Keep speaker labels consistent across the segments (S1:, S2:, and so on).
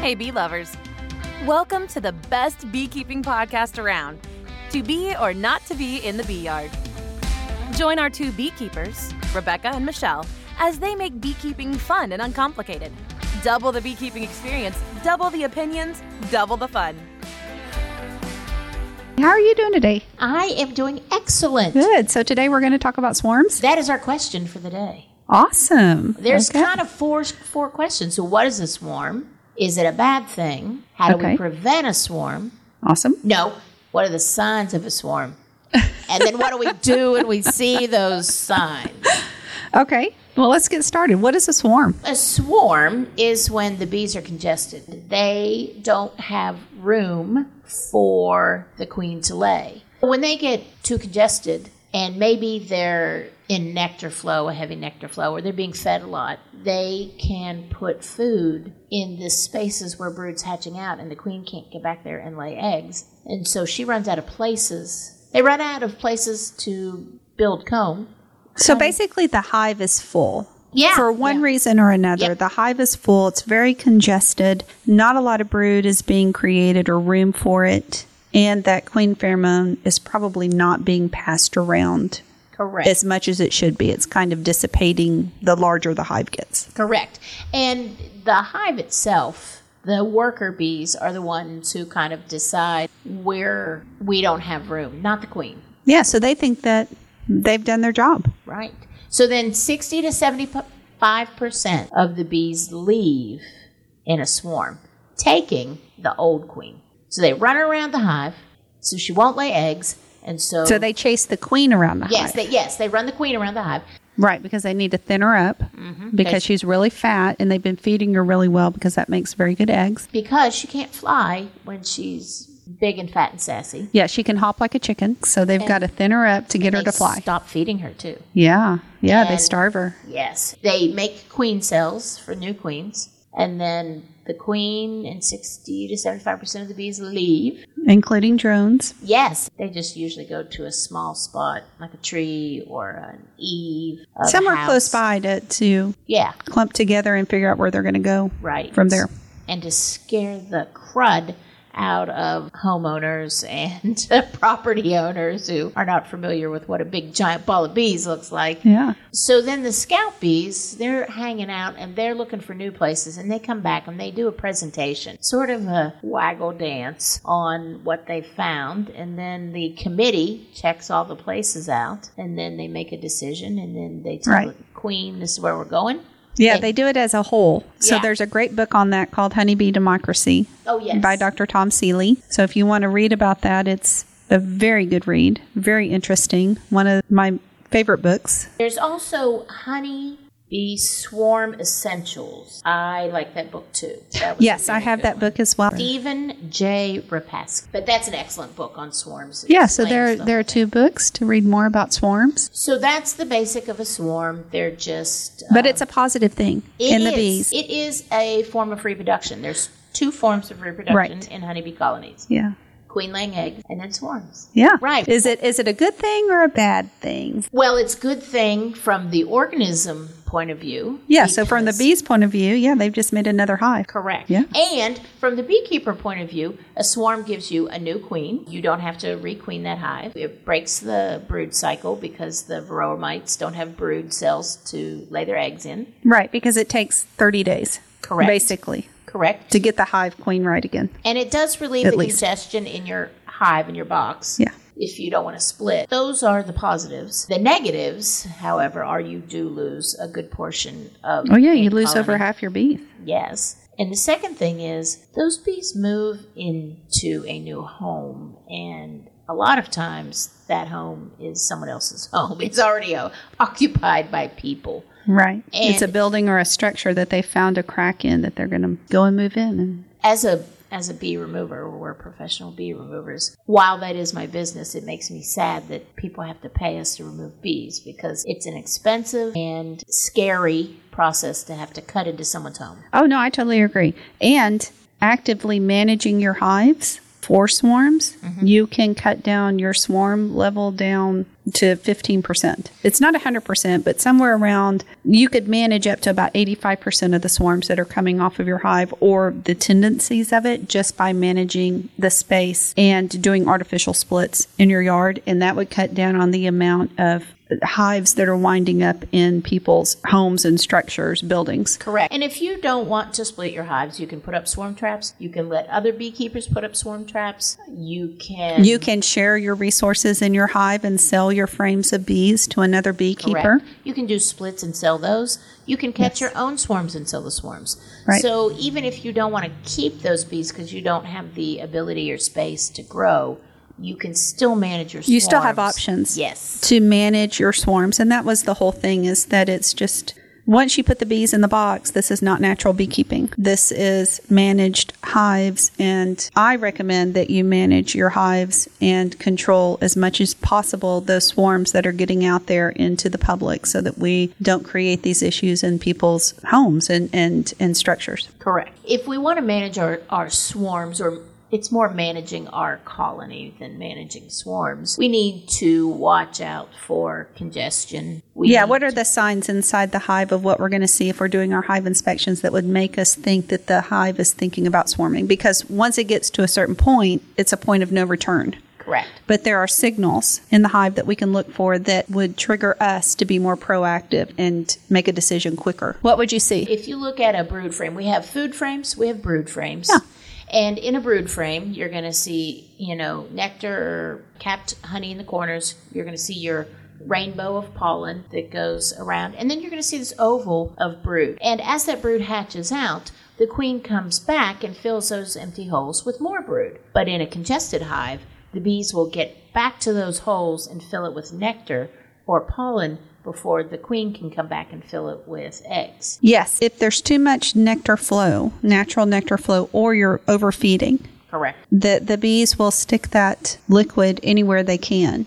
S1: Hey, bee lovers. Welcome to the best beekeeping podcast around To Be or Not to Be in the Bee Yard. Join our two beekeepers, Rebecca and Michelle, as they make beekeeping fun and uncomplicated. Double the beekeeping experience, double the opinions, double the fun.
S2: How are you doing today?
S3: I am doing excellent.
S2: Good. So today we're going to talk about swarms.
S3: That is our question for the day.
S2: Awesome.
S3: There's
S2: Okay.
S3: kind of four four questions. So, what is a swarm? Is it a bad thing? How do
S2: Okay.
S3: we prevent a swarm?
S2: awesome.
S3: No. What are the signs of a swarm? and then what do we do when we see those signs?
S2: Okay. Well, let's get started. What is a swarm?
S3: A swarm is when the bees are congested. They don't have room for the queen to lay. When they get too congested, and maybe they're in nectar flow, a heavy nectar flow, or they're being fed a lot, they can put food in the spaces where brood's hatching out, and the queen can't get back there and lay eggs. And so she runs out of places. They run out of places to build comb.
S2: So basically, the hive is full.
S3: Yeah.
S2: For one
S3: Yeah.
S2: reason or another, the hive is full. It's very congested. Not a lot of brood is being created or room for it. And that queen pheromone is probably not being passed around
S3: Correct.
S2: as much as it should be. It's kind of dissipating the larger the hive gets.
S3: Correct. And the hive itself, the worker bees are the ones who kind of decide where we don't have room, not the queen,
S2: Yeah. So they think that they've done their job.
S3: right? So then 60 to 75% of the bees leave in a swarm, taking the old queen. So they run around the hive, so she won't lay eggs, and so,
S2: So they chase the queen around the hive.
S3: Oh. yes, they yes, they run the queen around the hive.
S2: Right, because they need to thin her up
S3: Mm-hmm.
S2: because she's really fat and they've been feeding her really well because that makes very good eggs.
S3: because she can't fly when she's big and fat and sassy.
S2: Yeah, she can hop like a chicken, so they've got to thin her up to get her
S3: They
S2: to fly.
S3: Stop feeding her too.
S2: Yeah, yeah, they
S3: And-
S2: starve her.
S3: Yes. They make queen cells for new queens, and then the queen and 60 to 75% of the bees leave.
S2: Including drones.
S3: Yes. They just usually go to a small spot, like a tree or an eave. of a
S2: Somewhere
S3: house.
S2: close by to, to
S3: Yeah,
S2: clump together and figure out where they're going to go
S3: right.
S2: from there.
S3: And to scare the crud out of homeowners and property owners who are not familiar with what a big giant ball of bees looks like.
S2: Yeah.
S3: So then the scout bees, they're hanging out and they're looking for new places and they come back and they do a presentation, sort of a waggle dance on what they found. And then the committee checks all the places out and then they make a decision and then they tell
S2: Right.
S3: the queen, this is where we're going.
S2: Yeah, they do it as a whole. So
S3: Yeah.
S2: there's a great book on that called Honeybee Democracy
S3: Oh, yes.
S2: by Dr. Tom Seeley. So if you want to read about that, it's a very good read, very interesting. One of my favorite books.
S3: There's also Honey Bee Swarm Essentials. I like that book too. That was a
S2: Yes, I
S3: very
S2: have
S3: good
S2: that
S3: one.
S2: book as well.
S3: Stephen J. Rapask. But that's an excellent book on swarms. It
S2: Yeah, so
S3: explains
S2: there
S3: the
S2: there are two books to read more about swarms,
S3: So that's the basic of a swarm. They're just uh,
S2: but it's a positive thing
S3: it
S2: in the
S3: is-
S2: bees.
S3: It is a form of reproduction. There's two forms of reproduction
S2: Right.
S3: in honeybee colonies:
S2: yeah.
S3: queen laying eggs and then swarms.
S2: Yeah.
S3: Right.
S2: Is it is it a good thing or a bad thing?
S3: Well, it's a good thing from the organism point of view.
S2: Yeah, so from the
S3: because-
S2: bees' point of view, yeah, they've just made another hive.
S3: Correct.
S2: Yeah.
S3: And from the beekeeper point of view, a swarm gives you a new queen. You don't have to requeen that hive. It breaks the brood cycle because the varroa mites don't have brood cells to lay their eggs in.
S2: Right, because it takes 30 days.
S3: Correct.
S2: Basically,
S3: Correct.
S2: to get the hive queen right again.
S3: And it does relieve
S2: At
S3: the
S2: least.
S3: congestion in your hive in your box.
S2: Yeah.
S3: If you don't want to split, those are the positives. The negatives, however, are you do lose a good portion of.
S2: Oh yeah, you
S3: queen
S2: lose
S3: colony.
S2: over half your bees.
S3: Yes. And the second thing is those bees move into a new home, and a lot of times that home is someone else's home. It's already uh, occupied by people.
S2: Right. it's a
S3: And-
S2: building or a structure that they found a crack in that they're going to go and move in and
S3: as a as a bee remover, we're professional bee removers. While that is my business, it makes me sad that people have to pay us to remove bees because it's an expensive and scary process to have to cut into someone's home.
S2: Oh no, I totally agree. And actively managing your hives four swarms, you can cut down your swarm level down to 15%. It's not 100%, but somewhere around, you could manage up to about 85% of the swarms that are coming off of your hive or the tendencies of it just by managing the space and doing artificial splits in your yard. And that would cut down on the amount of hives that are winding up in people's homes and structures, buildings.
S3: Correct. And if you don't want to split your hives, you can put up swarm traps. You can let other beekeepers put up swarm traps. You can
S2: You can share your resources in your hive and sell your frames of bees to another beekeeper.
S3: Correct. You can do splits and sell those. You can catch your own swarms and sell the swarms.
S2: Right.
S3: So even if you don't want to keep those bees because you don't have the ability or space to grow, you can still manage your swarms.
S2: You still have options.
S3: Yes.
S2: To manage your swarms. And that was the whole thing is that it's just once you put the bees in the box, this is not natural beekeeping. This is managed hives. And I recommend that you manage your hives and control as much as possible those swarms that are getting out there into the public so that we don't create these issues in people's homes and, and, and structures.
S3: Correct. If we want to manage our, our swarms, or it's more managing our colony than managing swarms, we need to watch out for congestion. We
S2: Yeah,
S3: need
S2: what are the signs inside the hive of what we're going to see if we're doing our hive inspections that would make us think that the hive is thinking about swarming? Because once it gets to a certain point, it's a point of no return.
S3: Correct.
S2: But there are signals in the hive that we can look for that would trigger us to be more proactive and make a decision quicker. What would you see?
S3: If you look at a brood frame, we have food frames, we have brood frames. And in a brood frame, you're going to see, you know, nectar or capped honey in the corners. You're going to see your rainbow of pollen that goes around. And then you're going to see this oval of brood. And as that brood hatches out, the queen comes back and fills those empty holes with more brood. But in a congested hive, the bees will get back to those holes and fill it with nectar or pollen before the queen can come back and fill it with eggs.
S2: Yes, if there's too much nectar flow, natural nectar flow, or you're overfeeding,
S3: Correct.
S2: the, the bees will stick that liquid anywhere they can.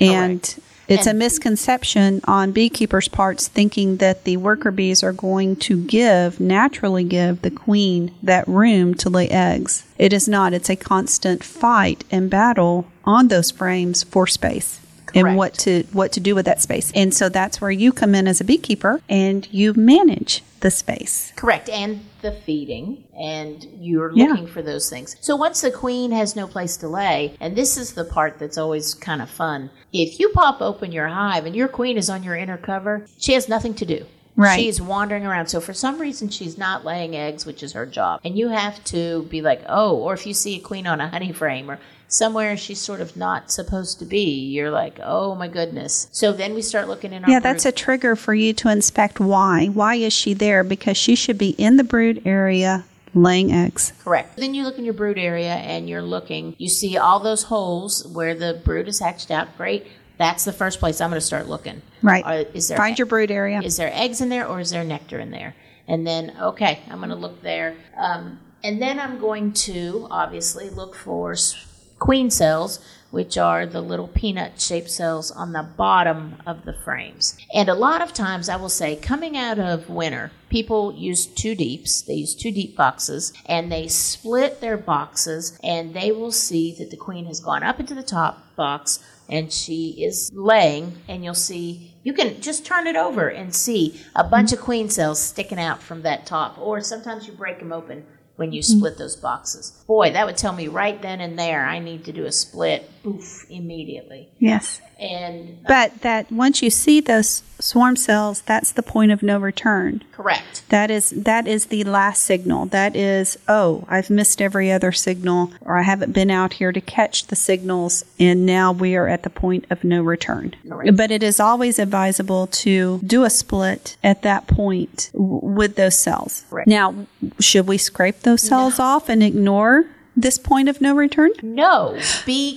S2: And it's a misconception on beekeepers' parts thinking that the worker bees are going to give, naturally give, the queen that room to lay eggs. It is not. It's a constant fight and battle on those frames for space.
S3: Correct.
S2: And what to what to do with that space. And so that's where you come in as a beekeeper and you manage the space.
S3: Correct. And the feeding, and you're
S2: Yeah.
S3: looking for those things. So once the queen has no place to lay, and this is the part that's always kind of fun. If you pop open your hive and your queen is on your inner cover, she has nothing to do.
S2: Right.
S3: She's wandering around. So for some reason, she's not laying eggs, which is her job. And you have to be like, oh, or if you see a queen on a honey frame or somewhere she's sort of not supposed to be, you're like, oh my goodness. So then we start looking in our
S2: Yeah, that's a trigger for you to inspect why. Why is she there? Because she should be in the brood area laying eggs.
S3: Correct. Then you look in your brood area and you're looking, you see all those holes where the brood is hatched out. Great. That's the first place I'm going to start looking.
S2: Right.
S3: Are- Is there e-,
S2: Find your brood area.
S3: is there eggs in there or is there nectar in there? And then, okay, I'm going to look there. Um, and then I'm going to obviously look for s- queen cells, which are the little peanut shaped cells on the bottom of the frames. And a lot of times I will say, coming out of winter, people use two deeps, they use two deep boxes, and they split their boxes, and they will see that the queen has gone up into the top box and she is laying, and you'll see you can just turn it over and see a bunch of queen cells sticking out from that top, or sometimes you break them open when you split those boxes. Boy, that would tell me right then and there I need to do a split, boof, immediately.
S2: Yes.
S3: And
S2: But that once you see those swarm cells, that's the point of no return.
S3: correct,
S2: That is that is the last signal. That is, oh, I've missed every other signal or I haven't been out here to catch the signals and now we are at the point of no return.
S3: Correct.
S2: But it is always advisable to do a split at that point w- with those cells.
S3: Correct.
S2: Now, should we scrape those cells off and ignore this point of no return?
S3: no,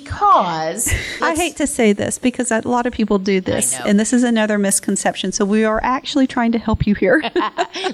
S3: because
S2: I hate to say this because a lot of people do this,
S3: know.
S2: and this is another misconception. So we are actually trying to help you here.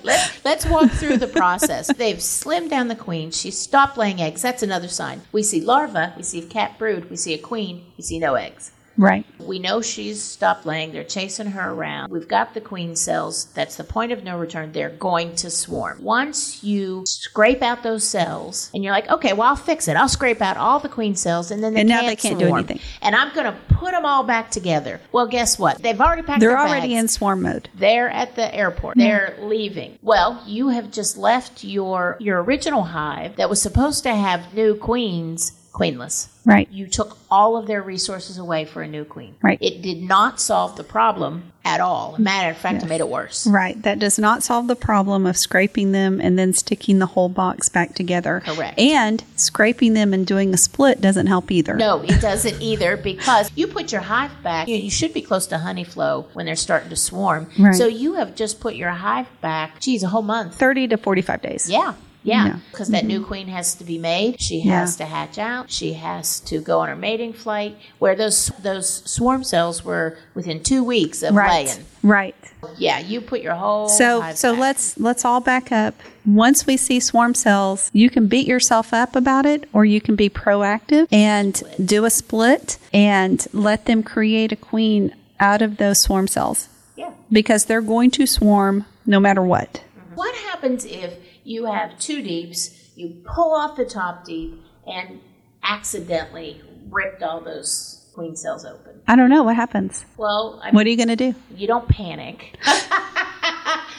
S3: let's let's walk through the process. They've slimmed down the queen. She stopped laying eggs. That's another sign. We see larva. We see cat brood. We see a queen. We see no eggs.
S2: Right.
S3: We know she's stopped laying. They're chasing her around. We've got the queen cells. That's the point of no return. They're going to swarm. Once you scrape out those cells, and you're like, okay, well, I'll fix it. I'll scrape out all the queen cells, and then they
S2: And now
S3: can't
S2: they can't do
S3: swarm.
S2: anything.
S3: And I'm going to put them all back together. Well, guess what? They've already packed.
S2: They're
S3: their
S2: already
S3: bags.
S2: in swarm mode.
S3: They're at the airport.
S2: Mm-hmm.
S3: They're leaving. Well, you have just left your your original hive that was supposed to have new queens queenless.
S2: Right.
S3: You took all of their resources away for a new queen.
S2: Right.
S3: It did not solve the problem at all. Matter of fact, it made it worse.
S2: Right. That does not solve the problem of scraping them and then sticking the whole box back together.
S3: Correct.
S2: And scraping them and doing a split doesn't help either.
S3: No, it doesn't either because you put your hive back. You, you should be close to honey flow when they're starting to swarm.
S2: Right.
S3: So you have just put your hive back, geez, a whole month.
S2: 30 to 45 days.
S3: Yeah. Yeah,
S2: Yeah. Mm-hmm.
S3: because that new queen has to be made. She
S2: Yeah.
S3: has to hatch out. She has to go on her mating flight. Where those those swarm cells were within two weeks of
S2: Right. Right.
S3: laying. Yeah, you put your whole
S2: So
S3: hive
S2: so
S3: back.
S2: let's let's all back up. Once we see swarm cells, you can beat yourself up about it or you can be proactive and do a split and let them create a queen out of those swarm cells
S3: yeah.
S2: because they're going to swarm no matter what.
S3: What happens if you have two deeps, you pull off the top deep, and accidentally ripped all those queen cells open?
S2: I don't know what happens.
S3: Well, I mean,
S2: What are you going to do?
S3: you don't panic.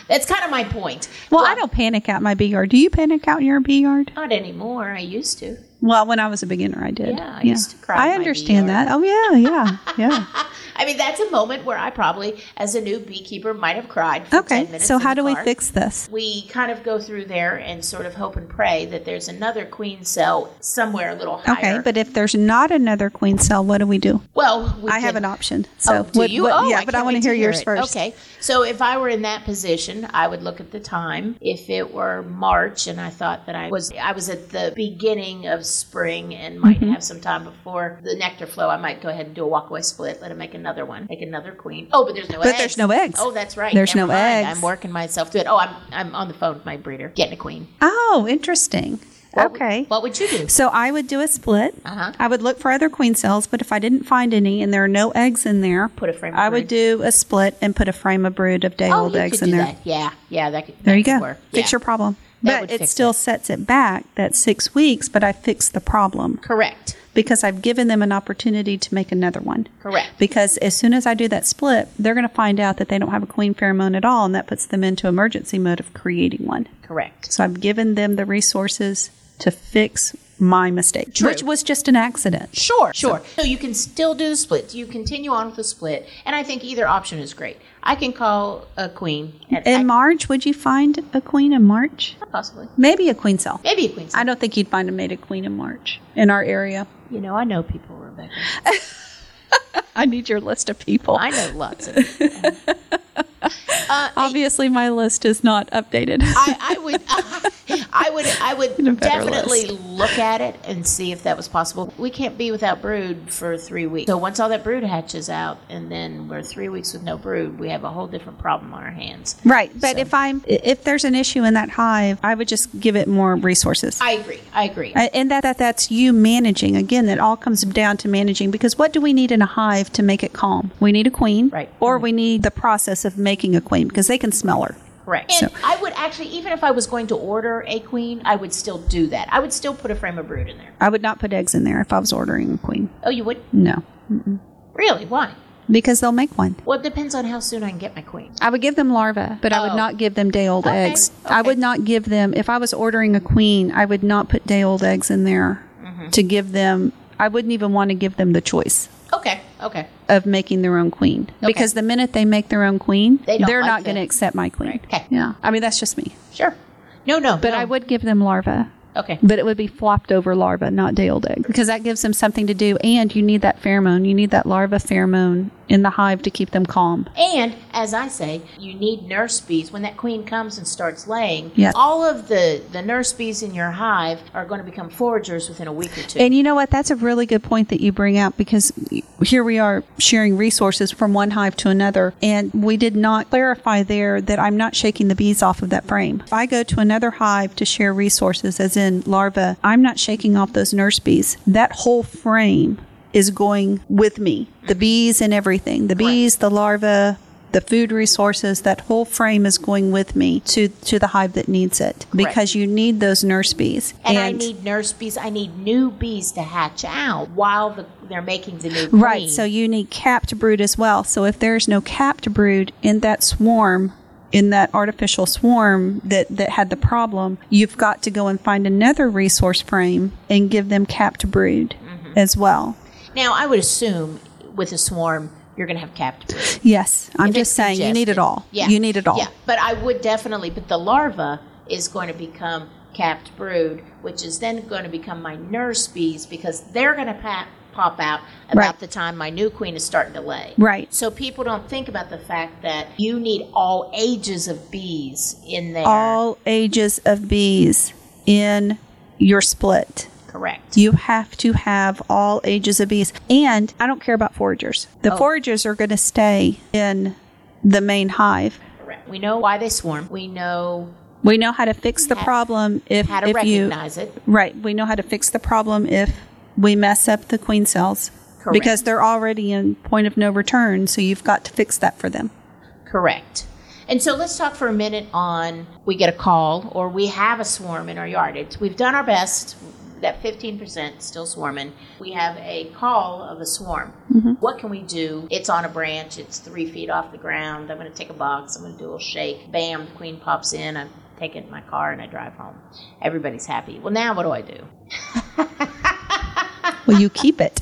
S3: That's kind of my point.
S2: Well, I don't panic out in my bee yard. Do you panic out in your bee yard?
S3: Not anymore. I used to.
S2: Well, when I was a beginner, I did.
S3: Yeah, I used to cry in my
S2: I
S3: bee
S2: understand
S3: yard.
S2: that. Oh yeah, yeah, yeah.
S3: I mean, that's a moment where I probably, as a new beekeeper, might have cried. For 10
S2: okay.
S3: minutes
S2: So
S3: in
S2: how
S3: the
S2: do we
S3: car.
S2: fix this?
S3: We kind of go through there and sort of hope and pray that there's another queen cell somewhere a little higher.
S2: Okay, but if there's not another queen cell, what do we do?
S3: well, we
S2: I have
S3: can-
S2: an option. So
S3: oh, do
S2: what-
S3: you?
S2: what-
S3: oh,
S2: yeah, but I
S3: can't
S2: want
S3: wait
S2: to hear yours
S3: it.
S2: first.
S3: Okay, so if I were in that position, I would look at the time. If it were March, and I thought that I was, I was at the beginning of spring and might
S2: Mm-hmm.
S3: have some time before the nectar flow, I might go ahead and do a walkaway split. Let him make another one, make another queen. Oh, but there's no
S2: But
S3: eggs.
S2: there's no eggs.
S3: Oh, that's right.
S2: There's
S3: Never
S2: no
S3: mind.
S2: eggs.
S3: I'm working myself through it. Oh, I'm I'm on the phone with my breeder, getting a queen.
S2: Oh, interesting.
S3: What would-
S2: okay.
S3: what would you do?
S2: so I would do a split.
S3: Uh-huh.
S2: I would look for other queen cells, but if I didn't find any and there are no eggs in there,
S3: Put a frame of
S2: I would
S3: brood.
S2: do a split and put a frame of brood of day
S3: Oh,
S2: old
S3: you
S2: eggs
S3: could
S2: in
S3: do
S2: there.
S3: that. Yeah, yeah, that could.
S2: There
S3: that
S2: you
S3: could
S2: go.
S3: Work.
S2: Fix
S3: Yeah.
S2: your problem.
S3: That would
S2: but it
S3: fix
S2: still
S3: it.
S2: sets it back that six weeks, but I fixed the problem
S3: correct.
S2: because I've given them an opportunity to make another one.
S3: Correct.
S2: Because as soon as I do that split, they're going to find out that they don't have a queen pheromone at all, and that puts them into emergency mode of creating one.
S3: Correct.
S2: So I've given them the resources to fix my mistake,
S3: True.
S2: which was just an accident.
S3: Sure, sure. So you can still do the split. You continue on with the split, and I think either option is great. I can call a queen and
S2: In
S3: I-
S2: March, would you find a queen in March?
S3: possibly
S2: Maybe a queen cell.
S3: maybe a queen.
S2: I don't think you'd find a mated queen in March in our area.
S3: you know, I know people, Rebecca.
S2: I need your list of people.
S3: I know lots of. People.
S2: Obviously, my list is not updated.
S3: I, I would, I would, I
S2: a
S3: would
S2: better
S3: definitely
S2: list.
S3: look at it and see if that was possible. We can't be without brood for three weeks. So once all that brood hatches out, and then we're three weeks with no brood, we have a whole different problem on our hands.
S2: Right, but if I'm if there's an issue in that hive, I would just give it more resources.
S3: I agree. I agree.
S2: A- and that, that that's you managing again that all comes down to managing because what do we need in a hive to make it calm we need a queen
S3: Right.
S2: or we need the process of making a queen because they can smell her
S3: Correct. And I would actually, even if I was going to order a queen, I would still do that. I would still put a frame of brood in there.
S2: i would not put eggs in there if i was ordering a queen
S3: Oh, you would?
S2: no
S3: Really? Why?
S2: because they'll make one
S3: Well, it depends on how soon I can get my queen.
S2: I would give them larvae, but I would
S3: Oh.
S2: not give them day old
S3: Okay,
S2: eggs. I
S3: okay.
S2: would not give them, if I was ordering a queen, I would not put day old eggs in there
S3: Mm-hmm.
S2: to give them, I wouldn't even want to give them the choice
S3: Okay. Okay.
S2: of making their own queen. Because the minute they make their own queen, they
S3: They don't
S2: are
S3: like
S2: not
S3: that.
S2: going to accept my queen.
S3: Okay. Oh.
S2: Yeah. I mean, that's just me.
S3: Sure. No, no.
S2: But I would give them larvae.
S3: Okay.
S2: But it would be flopped over larva, not day old egg, because that gives them something to do. And you need that pheromone. You need that larva pheromone in the hive to keep them calm.
S3: And as I say, you need nurse bees. When that queen comes and starts laying,
S2: Yes.
S3: all of the, the nurse bees in your hive are going to become foragers within a week or two.
S2: And you know what? That's a really good point that you bring out because here we are sharing resources from one hive to another. And we did not clarify there that I'm not shaking the bees off of that frame. If I go to another hive to share resources, as in larvae, I'm not shaking off those nurse bees. That whole frame is going with me. The bees and everything. The bees, the larvae, the food resources, that whole frame is going with me to, to the hive that needs it because you need those nurse bees.
S3: And, I need nurse bees. I need new bees to hatch out while the, they're making the new
S2: Right,
S3: queen.
S2: so you need capped brood as well. So if there's no capped brood in that swarm, in that artificial swarm that, that had the problem, you've got to go and find another resource frame and give them capped brood
S3: Mm-hmm.
S2: as well.
S3: now I would assume with a swarm you're going to have captive.
S2: Yes, I'm
S3: If
S2: just
S3: it's
S2: saying you need it
S3: congested.
S2: all.
S3: Yeah.
S2: You need it all.
S3: Yeah, but I would definitely. But the larva is going to become capped brood, which is then going to become my nurse bees because they're going to pop, pop out about
S2: Right.
S3: the time my new queen is starting to lay.
S2: Right.
S3: So people don't think about the fact that you need all ages of bees in there.
S2: All ages of bees in your split.
S3: correct.
S2: You have to have all ages of bees. And I don't care about foragers. The
S3: Oh.
S2: foragers are going to stay in the main hive.
S3: correct. We know why they swarm. We know
S2: We know how to fix the problem if,
S3: how to
S2: if you
S3: recognize it.
S2: right. We know how to fix the problem if we mess up the queen cells
S3: Correct.
S2: because they're already in point of no return. So you've got to fix that for them.
S3: Correct. And so let's talk for a minute on we get a call or we have a swarm in our yard. It's, we've done our best, that 15% still swarming. We have a call of a swarm. What can we do? It's on a branch, it's three feet off the ground. I'm going to take a box, I'm going to do a shake. Bam, the queen pops in. I'm taking my car and I drive home. Everybody's happy. Well, now what do I do?
S2: Well, you keep it.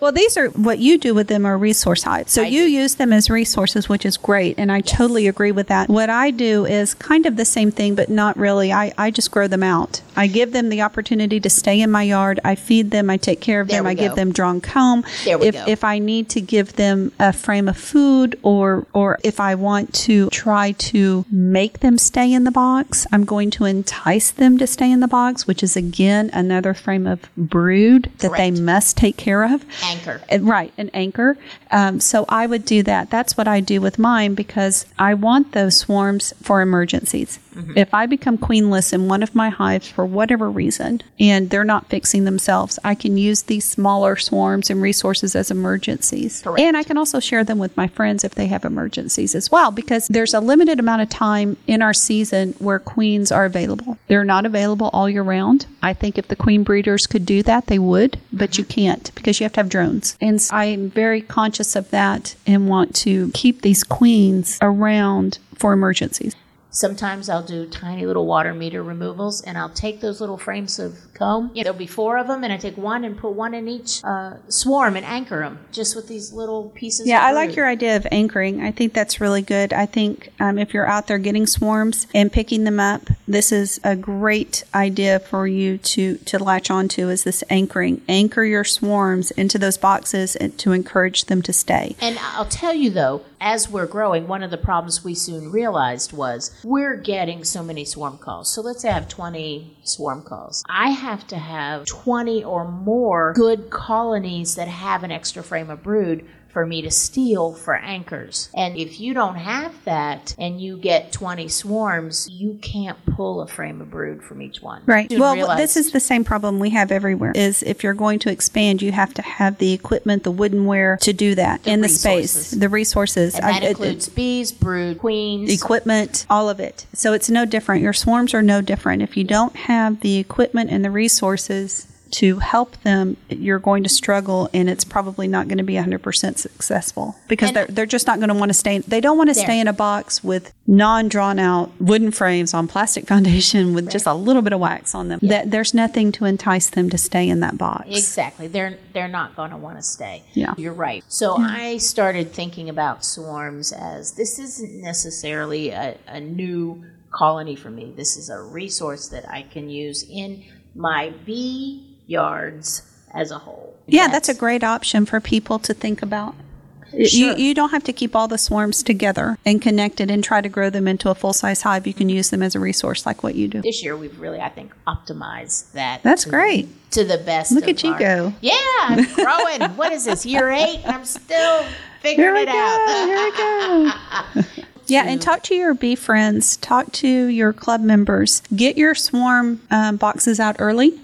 S2: well, these are what you do with them are resource hives. So you use them as resources, which is great. And I totally agree with that. What I do is kind of the same thing, but not really. I, I just grow them out. I give them the opportunity to stay in my yard. I feed them. I take care of
S3: There
S2: them.
S3: we
S2: I
S3: go.
S2: give them drawn comb.
S3: There we
S2: if,
S3: go.
S2: if I need to give them a frame of food or, or if I want to try to make them stay in the box, I'm going to entice them to stay in the box, which is again another frame of brood that
S3: Correct.
S2: they must take care of.
S3: Anchor.
S2: Uh, Right, an anchor. Um, so I would do that. That's what I do with mine because I want those swarms for emergencies. Mm-hmm. If I become queenless in one of my hives for whatever reason and they're not fixing themselves, I can use these smaller swarms and resources as emergencies.
S3: Correct.
S2: And I can also share them with my friends if they have emergencies as well because there's a limited amount of time in our season where queens are available. They're not available all year round. I think if the queen breeders could do that, they would, but you can't because you have to have drones. And so I'm very conscious of that and want to keep these queens around for emergencies.
S3: Sometimes I'll do tiny little water meter removals, and I'll take those little frames of comb. You know, there'll be four of them, and I take one and put one in each uh, swarm and anchor them just with these little pieces.
S2: Yeah,
S3: of
S2: I like
S3: root.
S2: your idea of anchoring. I think that's really good. I think um, if you're out there getting swarms and picking them up, this is a great idea for you to to latch onto. Is this anchoring? Anchor your swarms into those boxes and to encourage them to stay.
S3: And I'll tell you though, as we're growing, one of the problems we soon realized was we're getting so many swarm calls. So let's say I have 20 swarm calls. I have to have 20 or more good colonies that have an extra frame of brood for me to steal for anchors. And if you don't have that and you get 20 swarms, you can't pull a frame of brood from each one.
S2: Right.
S3: Soon
S2: well,
S3: realized-
S2: this is the same problem we have everywhere. Is if you're going to expand, you have to have the equipment, the woodenware to do that, and the space,
S3: resources.
S2: the resources.
S3: and
S2: I-
S3: that
S2: it- it-
S3: includes bees, brood, queens.
S2: equipment, all of it. So it's no different. Your swarms are no different. If you don't have the equipment and the resources to help them, you're going to struggle and it's probably not going to be 100% successful because
S3: And-
S2: they're, they're just not going to want to stay. They don't want to stay in a box with non drawn out wooden frames on plastic foundation with just a little bit of wax on them. That There's nothing to entice them to stay in that box.
S3: Exactly. They're they're not going to want to stay.
S2: Yeah.
S3: You're right. So I started thinking about swarms as this isn't necessarily a, a new colony for me. This is a resource that I can use in my bee yards as a whole.
S2: Yeah, that's a great option for people to think about.
S3: Sure.
S2: You, you don't have to keep all the swarms together and connected and try to grow them into a full size hive. You can use them as a resource, like what you do.
S3: This year we've really I think optimized that.
S2: That's
S3: to-
S2: great.
S3: To the best.
S2: Look
S3: of
S2: at you
S3: our-
S2: go.
S3: Yeah, I'm growing. what is this year eight? And I'm still
S2: Here
S3: figuring
S2: we go.
S3: it out.
S2: Here we go. Yeah, and talk to your bee friends, talk to your club members. Get your swarm um, boxes out early.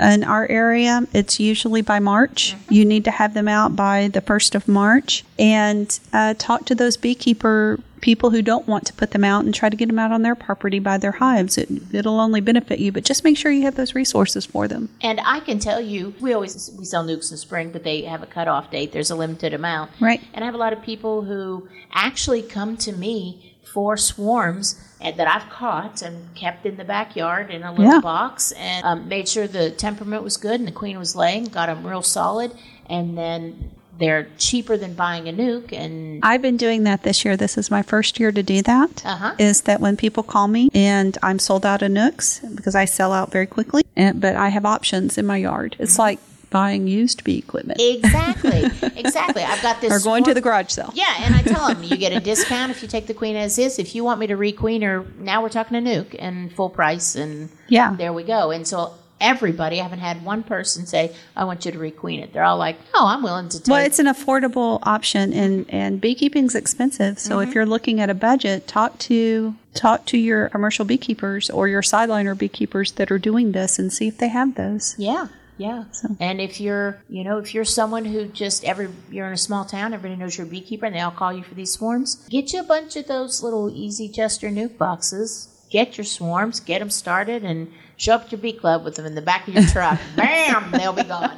S2: In our area, it's usually by March. You need to have them out by the 1st of March. And uh, talk to those beekeeper people who don't want to put them out and try to get them out on their property by their hives. It, it'll only benefit you, but just make sure you have those resources for them.
S3: And I can tell you, we always we sell nukes in spring, but they have a cutoff date. There's a limited amount.
S2: Right.
S3: And I have a lot of people who actually come to me for swarms and- that I've caught and kept in the backyard in a little
S2: Yeah.
S3: box and um, made sure the temperament was good and the queen was laying, got them real solid, and then they're cheaper than buying a nuke. And
S2: I've been doing that this year. This is my first year to do that. Is
S3: Uh-huh.
S2: that when people call me and I'm sold out of nooks because I sell out very quickly, and, but I have options in my yard. It's
S3: Mm-hmm.
S2: like buying used bee equipment
S3: exactly, exactly. I've got this.
S2: or going to
S3: swarm-
S2: the garage sale.
S3: Yeah, and I tell them you get a discount if you take the queen as is. If you want me to requeen her, now we're talking a nuke and full price, and
S2: Yeah.
S3: there we go. And so everybody, I haven't had one person say, "I want you to requeen it." They're all like, "No, I'm willing to take."
S2: Well, it's an affordable option, and and beekeeping's expensive. So
S3: Mm-hmm.
S2: if you're looking at a budget, talk to talk to your commercial beekeepers or your sideliner beekeepers that are doing this, and see if they have those.
S3: yeah, yeah. And if you're, you know, if you're someone who just every you're in a small town, everybody knows you're a beekeeper, and they all call you for these swarms. Get you a bunch of those little easy gesture nuke boxes. Get your swarms, get them started, and show up at your bee club with them in the back of your truck. Bam, they'll be gone.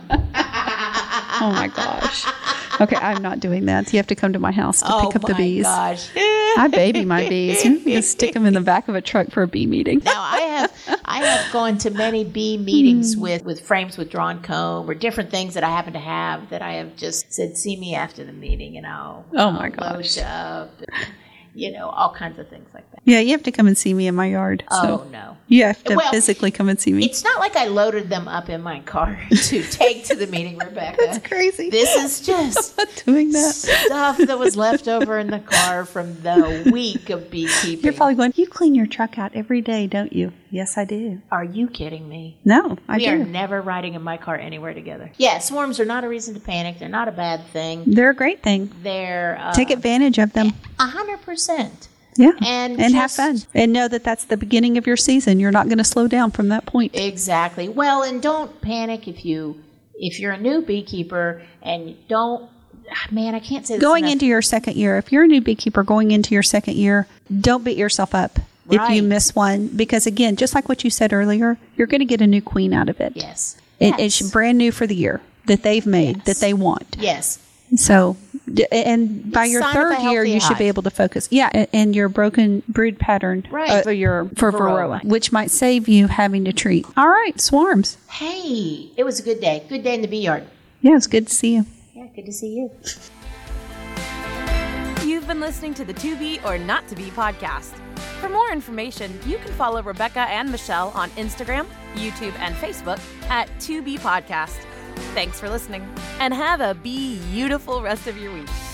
S2: Oh my gosh. Okay, I'm not doing that. You have to come to my house to pick up the bees.
S3: Oh my gosh.
S2: I baby my bees. You can stick them in the back of a truck for a bee meeting.
S3: now I have I have gone to many bee meetings
S2: Hmm.
S3: with with frames with drawn comb or different things that I happen to have that I have just said see me after the meeting and I'll
S2: Oh my
S3: I'll load
S2: gosh.
S3: you up and, you know all kinds of things like that.
S2: Yeah, you have to come and see me in my yard.
S3: Oh
S2: So
S3: no.
S2: you have to
S3: Well,
S2: physically come and see me.
S3: It's not like I loaded them up in my car to take to the meeting, Rebecca.
S2: That's crazy.
S3: This is just
S2: Not doing that.
S3: stuff that was left over in the car from the week of beekeeping.
S2: You're probably going, you clean your truck out every day, don't you? Yes, I do.
S3: Are you kidding me?
S2: No, I
S3: We are
S2: do.
S3: never riding in my car anywhere together. Yeah, swarms are not a reason to panic. They're not a bad thing.
S2: They're a great thing.
S3: They're uh,
S2: Take advantage of them.
S3: a hundred percent.
S2: Yeah.
S3: And
S2: have
S3: just-
S2: fun. And know that that's the beginning of your season. You're not going to slow down from that point.
S3: Exactly. Well, and don't panic if you if you're a new beekeeper and don't. ah, Man, I can't say this
S2: going
S3: enough.
S2: into your second year, if you're a new beekeeper going into your second year, don't beat yourself up if
S3: Right.
S2: you miss one. Because again, just like what you said earlier, you're going to get a new queen out of it.
S3: yes,
S2: It, It's brand new for the year that they've made, that they want.
S3: yes,
S2: So, d- and by your
S3: Sign of
S2: third
S3: a
S2: year,
S3: healthy
S2: you should be
S3: hive.
S2: able to focus. Yeah, a- and your broken brood pattern uh,
S3: Right.
S2: for your for
S3: Varroa.
S2: varroa, which might save you having to treat. All right, swarms.
S3: Hey, it was a good day. Good day in the bee yard.
S2: Yeah, it's good to see you.
S3: Yeah, good to see you.
S1: You've been listening to the To Be or Not To Be podcast. For more information, you can follow Rebecca and Michelle on Instagram, YouTube, and Facebook at To Be Podcast. Thanks for listening and have a beautiful rest of your week.